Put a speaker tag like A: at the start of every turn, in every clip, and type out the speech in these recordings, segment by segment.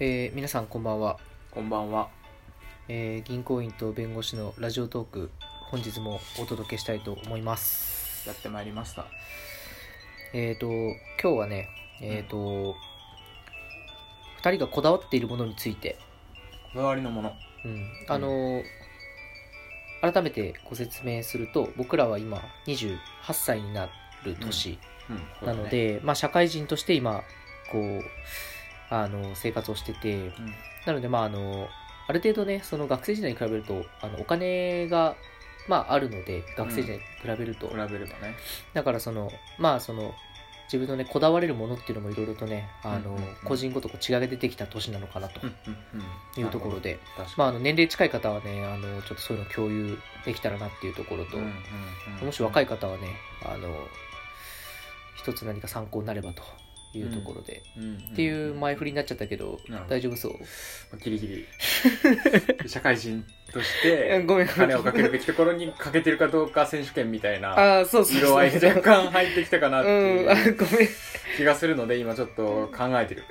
A: えー皆さんこんばんは、
B: こんばんは。
A: えー銀行員と弁護士のラジオトーク本日もお届けしたいと思います
B: やってまいりました。
A: えっ、と今日はねえっ、と、2人がこだわっているものについて、
B: こだわりのもの。
A: うん、あのー改めてご説明すると僕らは今28歳になる年
B: うん。そう
A: な
B: だね
A: の、で、まあ、社会人として今こうあの生活をしてて、
B: うん。
A: なので、まあ、あの、ある程度ね、その学生時代に比べると、あの、お金が、まあ、あるので、学生時代に比べると。
B: 比べればね。
A: だから、その、まあ、その、自分のね、こだわれるものっていうのもいろいろとね、あの、
B: うんうんうん
A: 個人ごとこう違いが出てきた年なのかなと
B: うんうんうん。
A: いうところで、
B: なるほど。確
A: まあ、
B: か
A: あの、年齢近い方はね、あの、ちょっとそういうの共有できたらなっていうところと、
B: に。うんうんうん
A: もし若い。方はね、あの、一つ何か参考になればというところで、
B: っ
A: っていう前振りになっちゃったけど、
B: なるほど
A: 大丈夫そう
B: ギリギ リ。社会人として、
A: ごめん、
B: 金をかけるべきところにかけてるかどうか選手権みたいな
A: ああ、そうそうそう。
B: 色合いが若干入ってきたかなって
A: うん、
B: い
A: あ
B: う
A: ごめん。
B: 気がするので、今ちょっと考えてる。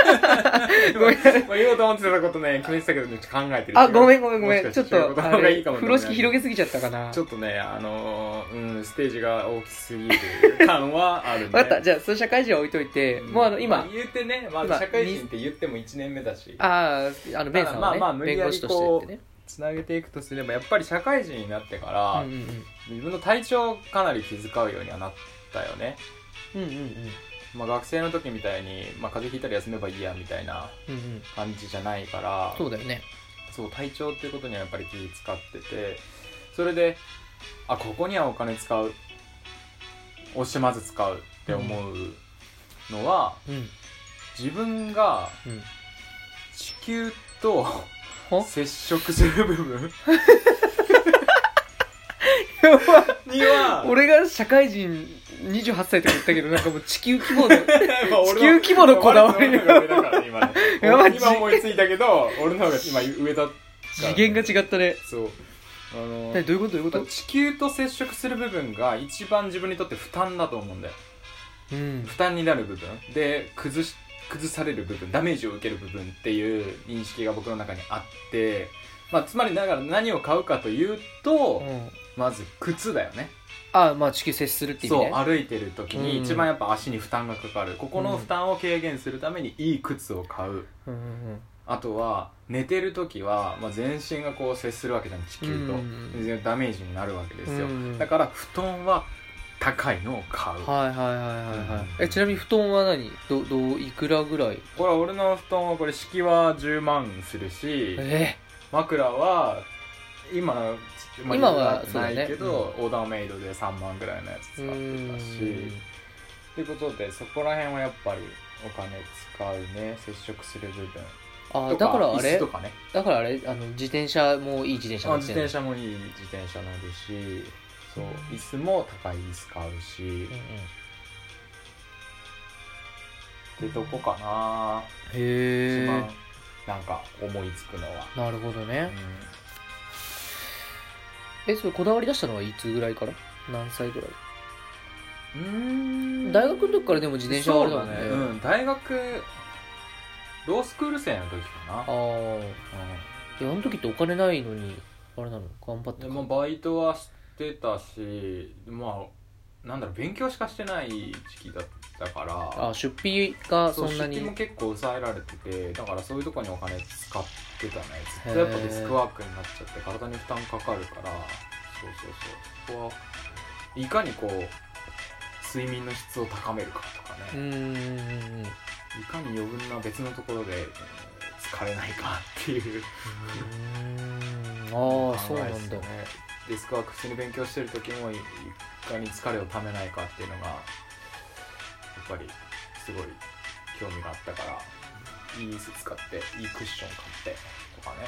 A: ごめん。
B: まあ言おうと思ってたことね、決めてたけど、ちょっと考えてる。
A: あ、ごめん、ごめん、ごめん。
B: もし
A: ち
B: か
A: ょっ
B: して違う
A: と、
B: ことの
A: あ
B: 方が
A: れ
B: いいかもし
A: 風
B: れ
A: 呂
B: な
A: 敷広
B: い
A: げすぎちゃったかな。
B: ち
A: 分
B: ょっとね、あのーうん、ステージが大きすぎる感はあるね。
A: かった。じゃあ、その社会人は置いといて、
B: ん
A: もうあの、
B: ま
A: 今、
B: 言うてね、ま
A: 今
B: あ、社会人って言っても1年目だし、
A: ああ、あの、ベンさんは
B: まあまあま
A: ね、
B: あ
A: 弁護士としてってね。
B: つなげていくとすれば、やっぱり社会人になってか
A: う
B: ら、
A: ん
B: 自分の体調をかなり気遣うようにはなったよね。
A: うんうん。うんうんうん。
B: まあ、学生の時みたいに、まあ、風邪ひいたら休めばいいやみたいな
A: うんうん。
B: 感じじゃないから、
A: そうだよね。
B: そう体調っていうことにはやっぱり気使っててそれであここにはお金使う惜しまず使うって思うのは、
A: うん。
B: 自分が
A: うん。
B: 地球と
A: ほ
B: 接触する部分
A: やばい
B: には
A: 俺が社会人28歳とか言ったけど、なんかもう地球規模の、
B: 地
A: 地球規模のこだわり
B: が上だからね今ね
A: やばい
B: 今思いついたけど俺の方が今上だ
A: 次元が違ったね。
B: そうあの
A: え、どういうことどういうこと
B: 地球と接触する部分が一番自分にとって負担だと思うんだよ
A: うん。
B: 負担になる部分で崩し崩される部分ダメージを受ける部分っていう認識が僕の中にあって、まあ、つまりだから何を買うかというと、
A: うん
B: まず靴だよね
A: ああ、まあ地球接するって意味
B: そう
A: ね。
B: 歩いてる時に
A: うん
B: 一番やっぱ足に負担がかかる、ここの負担を軽減するためにいい靴を買う
A: うんうん
B: あとは寝てる時は、まあ、全身がこう接するわけじゃん地球と、
A: うん
B: 全然ダメージになるわけですよ、
A: うん
B: だから布団は高いのを買う
A: うん。はいはいはいはいはい。
B: うん
A: え、ちなみに布団は何ど、どう、いくらぐらい
B: これ俺の布団はこれ敷きは10万するし
A: え
B: 枕は今、まあ
A: 今は
B: 色々なってないけ
A: そうだ
B: ど、オーダーメイドで3万ぐらいのやつ使
A: う
B: ってた
A: ん
B: しってことでそこら辺はやっぱりお金使うね接触する部分
A: あ
B: と
A: だからあ
B: 椅子
A: れ
B: とかね
A: だからあれあの自転車もいい自転車乗
B: まあ
A: って
B: 自
A: んの
B: 転車もいい自転車乗るしそう椅子も高い椅子買うし
A: うんうん
B: ってとこかな一
A: へ
B: 番なんか思いつくのは、
A: えなるほど
B: う
A: ね
B: ん
A: えそれこだわり出したのはいつぐらいから何歳ぐらいう
B: ーん
A: 大学の時からでも自転車はあれだもんね
B: そうだね、うん、大学ロースクール生の時か
A: ああ
B: な、
A: いやあの時ってお金ないのにあれなの頑張っ
B: うん、
A: て
B: でもバイトはしてたしまあなんだろう勉強しかしてない時期だったから
A: あ出費がそんな
B: 出費
A: に
B: も結構抑えられててだからそういうとこにお金使ってたねずっとやっぱデスクワークになっちゃって体に負担かかるからそうそうそうそこはいかにこう睡眠の質を高めるかとかね、
A: うーん
B: いかに余分な別のところでえー疲れないかっていう
A: うーんああそう
B: 考
A: な
B: えです
A: んだ
B: よねデスクワーク普通に勉強してる時もいいかに疲れをためないかっていうのがやっぱりすごい興味があったからいい椅子使っていいクッション買ってとかね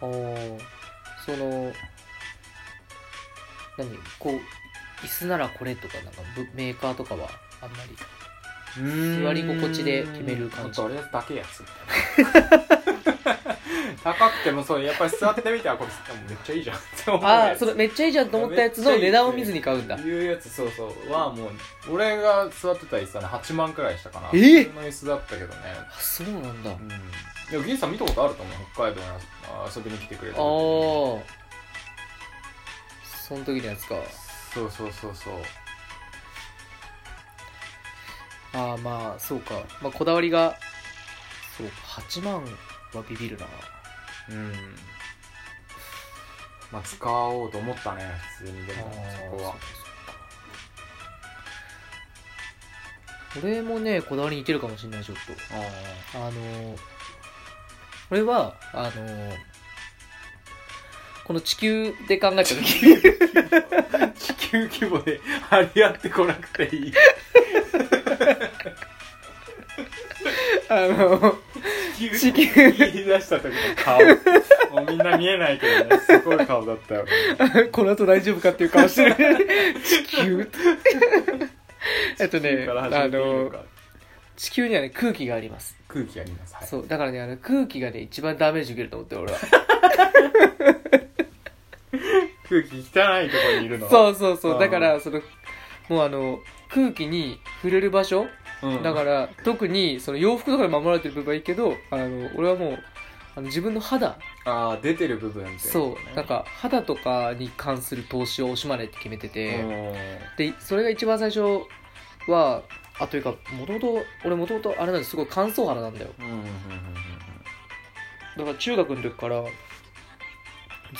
A: あーその何こう椅子ならこれとかなんかぶメーカーとかはあんまり座り心地で決める感じ
B: あとあれだけやつみ 高くてもそうやっぱり座ってみてあこれめっちゃいいじゃんって思う
A: あ
B: や
A: あ
B: つ
A: それめっちゃいいじゃんと思ったやつの値段を見ずに買うんだ
B: いうやつそうそうはもう俺が座ってた椅子はね8万くらいしたかな
A: えー
B: 普通の椅子だったけどね
A: あそうなんだあ
B: うんでも銀さん見たことあると思う北海道にあ遊びに来てくれ
A: あ
B: た時
A: ー
B: に
A: その時のやつか
B: そうそうそうそう
A: ああまあそうか、まあ、こだわりがそうか8万はビビるな
B: うんまあ使おうと思ったね普通にで
A: あ
B: も
A: ー
B: そこは
A: うかそうか俺もねこだわり似てるかもしれないちょっと
B: あ
A: あの俺はあのこの地球で考えた時
B: ー地球規模で張り合ってこなくていい
A: あの
B: 地
A: 地球
B: 言い出した時の 顔もうみんな見えないけどねすごい顔だったよね
A: この後大丈夫かっていう顔してる地球 ってえっとね
B: 地球から始めていいのか
A: 地球にはね空気があります、
B: 空気あります、はい、
A: そうだからねあの空気がね一番ダメージ受けると思ってる 俺は
B: 空気汚いところにいるの
A: そうそうそううんだからそのもうあの空気に触れる場所
B: うん、
A: だから特にその洋服とかで守られてる部分はいいけどあの俺はもうあの自分の肌
B: ああ出てる部分ってね
A: そうなんか肌とかに関する投資を惜しまないって決めて
B: うん
A: て、でそれが一番最初はあというかもともと俺もともとあれなんですすごい乾燥肌なんだよ
B: うんうんうんうんうん
A: だから中学の時から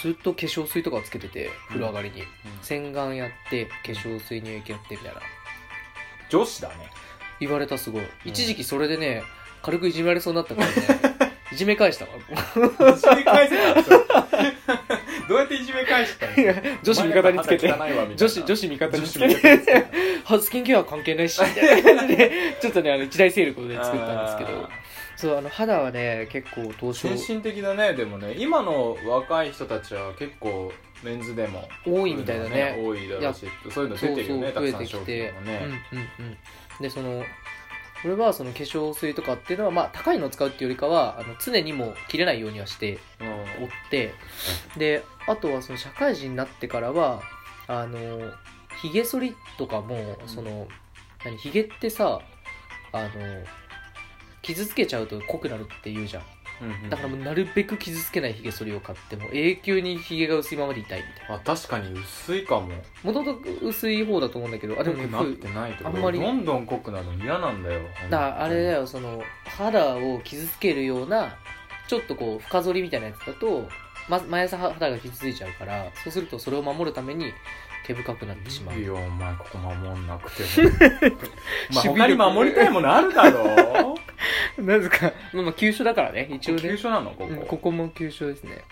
A: ずっと化粧水とかをつけてて風呂上がりに、洗顔やって化粧水乳液やってみたいな
B: 女子だね
A: 言われたすごい一時期それでね軽くいじめられそうになったから ねいじめ返したわ
B: いじめ返せたんですよどうやっていじめ返したの
A: 女子味方につけて女
B: 女
A: 子女子味方につ
B: 女
A: け
B: 子味方につけ
A: て はスキンケアは関係ないしみたいな 感じでちょっとねあの一大勢力で作ったんですけどそうあの肌はね結構当初
B: 先進的だねでもね今の若い人たちは結構メンズでも
A: 多いみたいだね
B: 多いだろうしそういうの
A: そ
B: 出
A: う
B: てる
A: そ
B: よ
A: う
B: ね
A: 増
B: たく
A: え
B: さ
A: て
B: ん
A: き
B: 商
A: て
B: 品もね
A: うんうんうんでその俺はその化粧水とかっていうのはまあ高いのを使うっていうよりかはあの常にもう切れないようにはしておってであとはその社会人になってからはあのひげ剃りとかも
B: うん
A: その何ひげってさあの傷つけちゃうと濃くなるって言うじゃんだからもうなるべく傷つけないひげ剃りを買っても永久にひげが薄いままでいたいみたいな
B: あ確かに薄いかも
A: もともと薄い方だと思うんだけどあでもね
B: なってないと
A: あんまり
B: どんどん濃くなるの嫌なんだよ
A: だからあれだよその肌を傷つけるようなちょっとこう深剃りみたいなやつだと、ま、毎朝肌が傷ついちゃうからそうするとそれを守るために毛深くなってしまう
B: いい
A: い
B: よお前ここ守んなくてもお前他に守りたいものあるだ ろ
A: なぜかまあまあ急所だからね一応
B: 急
A: ね
B: 所なのこ
A: うん
B: こ
A: ここも急所ですね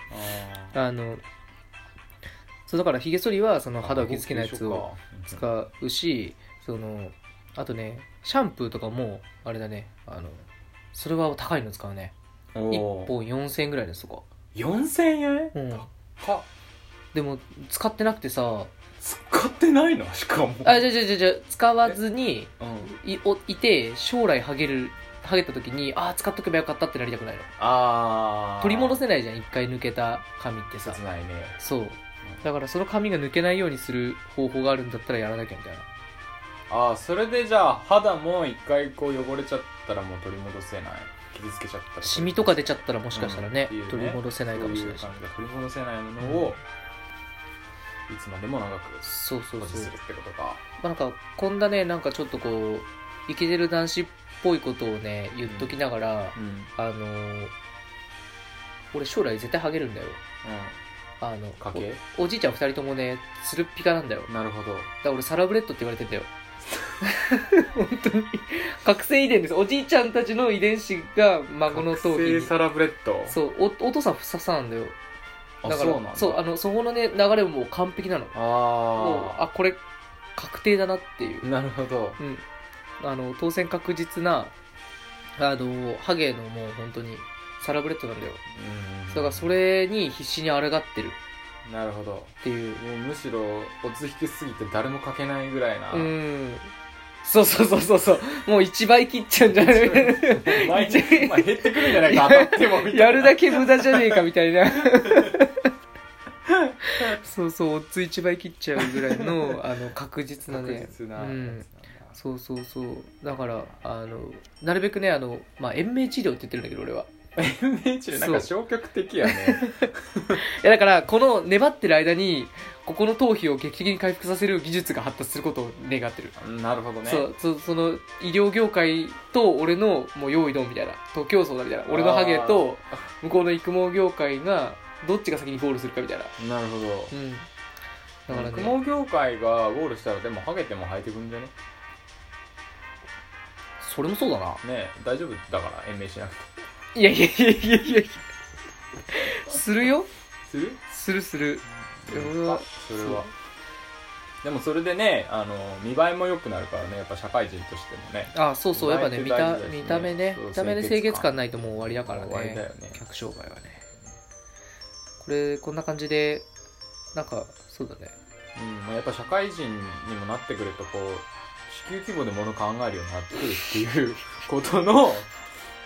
B: あー
A: あのそうだからひげ剃りはその肌を傷つけないやつを
B: 急所か
A: 使うしそのあとねシャンプーとかもあれだねあのそれは高いの使うね1
B: おー
A: 本4000円ぐらいですとか
B: 4000円
A: うん
B: は
A: でも使ってなくてさ
B: 使ってないのしかも
A: あじゃあじゃあじゃあじゃあ使わずに
B: うん
A: いおいて将来ハゲるハゲた時にああ使っとけばよかったってなりたくないの
B: あー
A: 取り戻せないじゃん一回抜けた髪ってさ
B: 切ないね
A: そうだからその髪が抜けないようにする方法があるんだったらやらなきゃみたいな
B: ああそれでじゃあ肌も一回こう汚れちゃったらもう取り戻せない傷つけちゃったら
A: シミとか出ちゃったらもしかしたらね,、
B: うんっていうね
A: 取り戻せないかもしれないし
B: そういう感じで取り戻せないものをいつまでも長く
A: そうそう
B: 保持
A: そう
B: するってことか
A: まあ、なんかこんなねなんかちょっとこうイケてる男子っぽいことをね言っときながら、
B: うん、うん、
A: あのー俺将来絶対ハゲるんだよあの
B: 家計
A: おおじいちゃん二人ともねつるっぴかなんだよだか
B: なるほど
A: ら俺サラブレッドって言われてんだよ 本当に覚醒遺伝ですおじいちゃんたちの遺伝子が孫の頭皮
B: 覚
A: に
B: 醒サラブレッド
A: そうおお父さんふささなんだよ
B: あ
A: だから
B: そうなんだ
A: あのそこのね流れももう完璧なのもう
B: あ
A: あこれ確定だなっていう
B: あなるほど
A: うん、あの当選確実なあのハゲのもう本当にサラブレッドなんだよだからそれに必死に抗ってる
B: なるほども
A: っていう
B: うむしろおつ引きすぎて誰も書けないぐらいな、
A: うんそうそうそうそうそうもう1倍切っちゃうんじゃ ない
B: 毎日、まあ、減ってくるんじゃないか当たってもみたいな
A: やるだけ無駄じゃねえかみたいなそうそうおつ1倍切っちゃうぐらいのあの確実なね
B: 確実な、
A: うん、そうそうそうだからあのなるべくねあの、まあ、延命治療って言ってるんだけど俺は
B: MH なんか消極的やね
A: いやだからこの粘ってる間にここの頭皮を劇的に回復させる技術が発達することを願ってる、
B: なるほどね
A: そうそその医療業界と俺のもう用意どんみたいな徒競争だみたいな俺のハゲと向こうの育毛業界がどっちが先にゴールするかみたいな
B: なるほ
A: う
B: ど
A: んだから
B: 育
A: ね
B: 毛業界がゴールしたらでもハゲても生えてくんじゃね
A: それもそうだな
B: ねえ大丈夫だから延命しなくて
A: いやいやいやいやいやいやするよ
B: する
A: するするいや俺
B: あ
A: は
B: それはでもそれでねあの見栄えも良くなるからねやっぱ社会人としてもね
A: あそうそうやっぱね
B: 意
A: 見
B: 外と
A: た
B: 大事ですね
A: 見た目ね
B: そう
A: 見た目で清潔感ないともう終わりだからね
B: 終わりだよね
A: 客商売はねこれこんな感じでなんかそうだね
B: うんまあやっぱ社会人にもなってくるとこう地球規模でもの考えるようになってくるっていうことの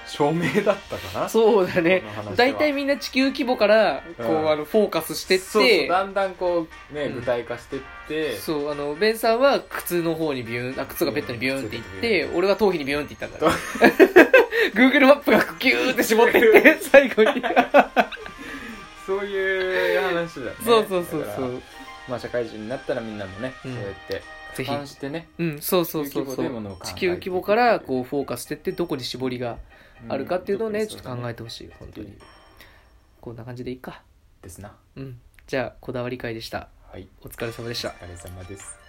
B: 証明だったかな
A: そうだね
B: この話は
A: 大体みんな地球規模からこう、
B: うん
A: あのフォーカスしてって
B: そうそうだんだんこうね、
A: うん
B: 具体化してって
A: そうあのベンさんは靴の方にビューンあ靴がベッドにビューンっていって、
B: う
A: 俺は頭皮にビューンっていったんだね Google マップがギューって絞ってって最後 に
B: そういう話だね
A: そうそうそう
B: だか
A: そ
B: ら
A: う
B: まあ社会人になったらみんなもね、
A: うん
B: そうやって
A: ぜ
B: 俯
A: ひ
B: 瞰してね
A: うんそうそうそう
B: 地球規模
A: そ
B: で
A: う
B: ものを考えて
A: 地球規模からこうフォーカスしてってどこに絞りがあるかっていうのをね、ちょっと考え
B: て
A: てほしい本当にこんな感じでいいか
B: ですな
A: うんじゃあこだわり会でした
B: はい
A: お疲れ様でした
B: お疲れ様です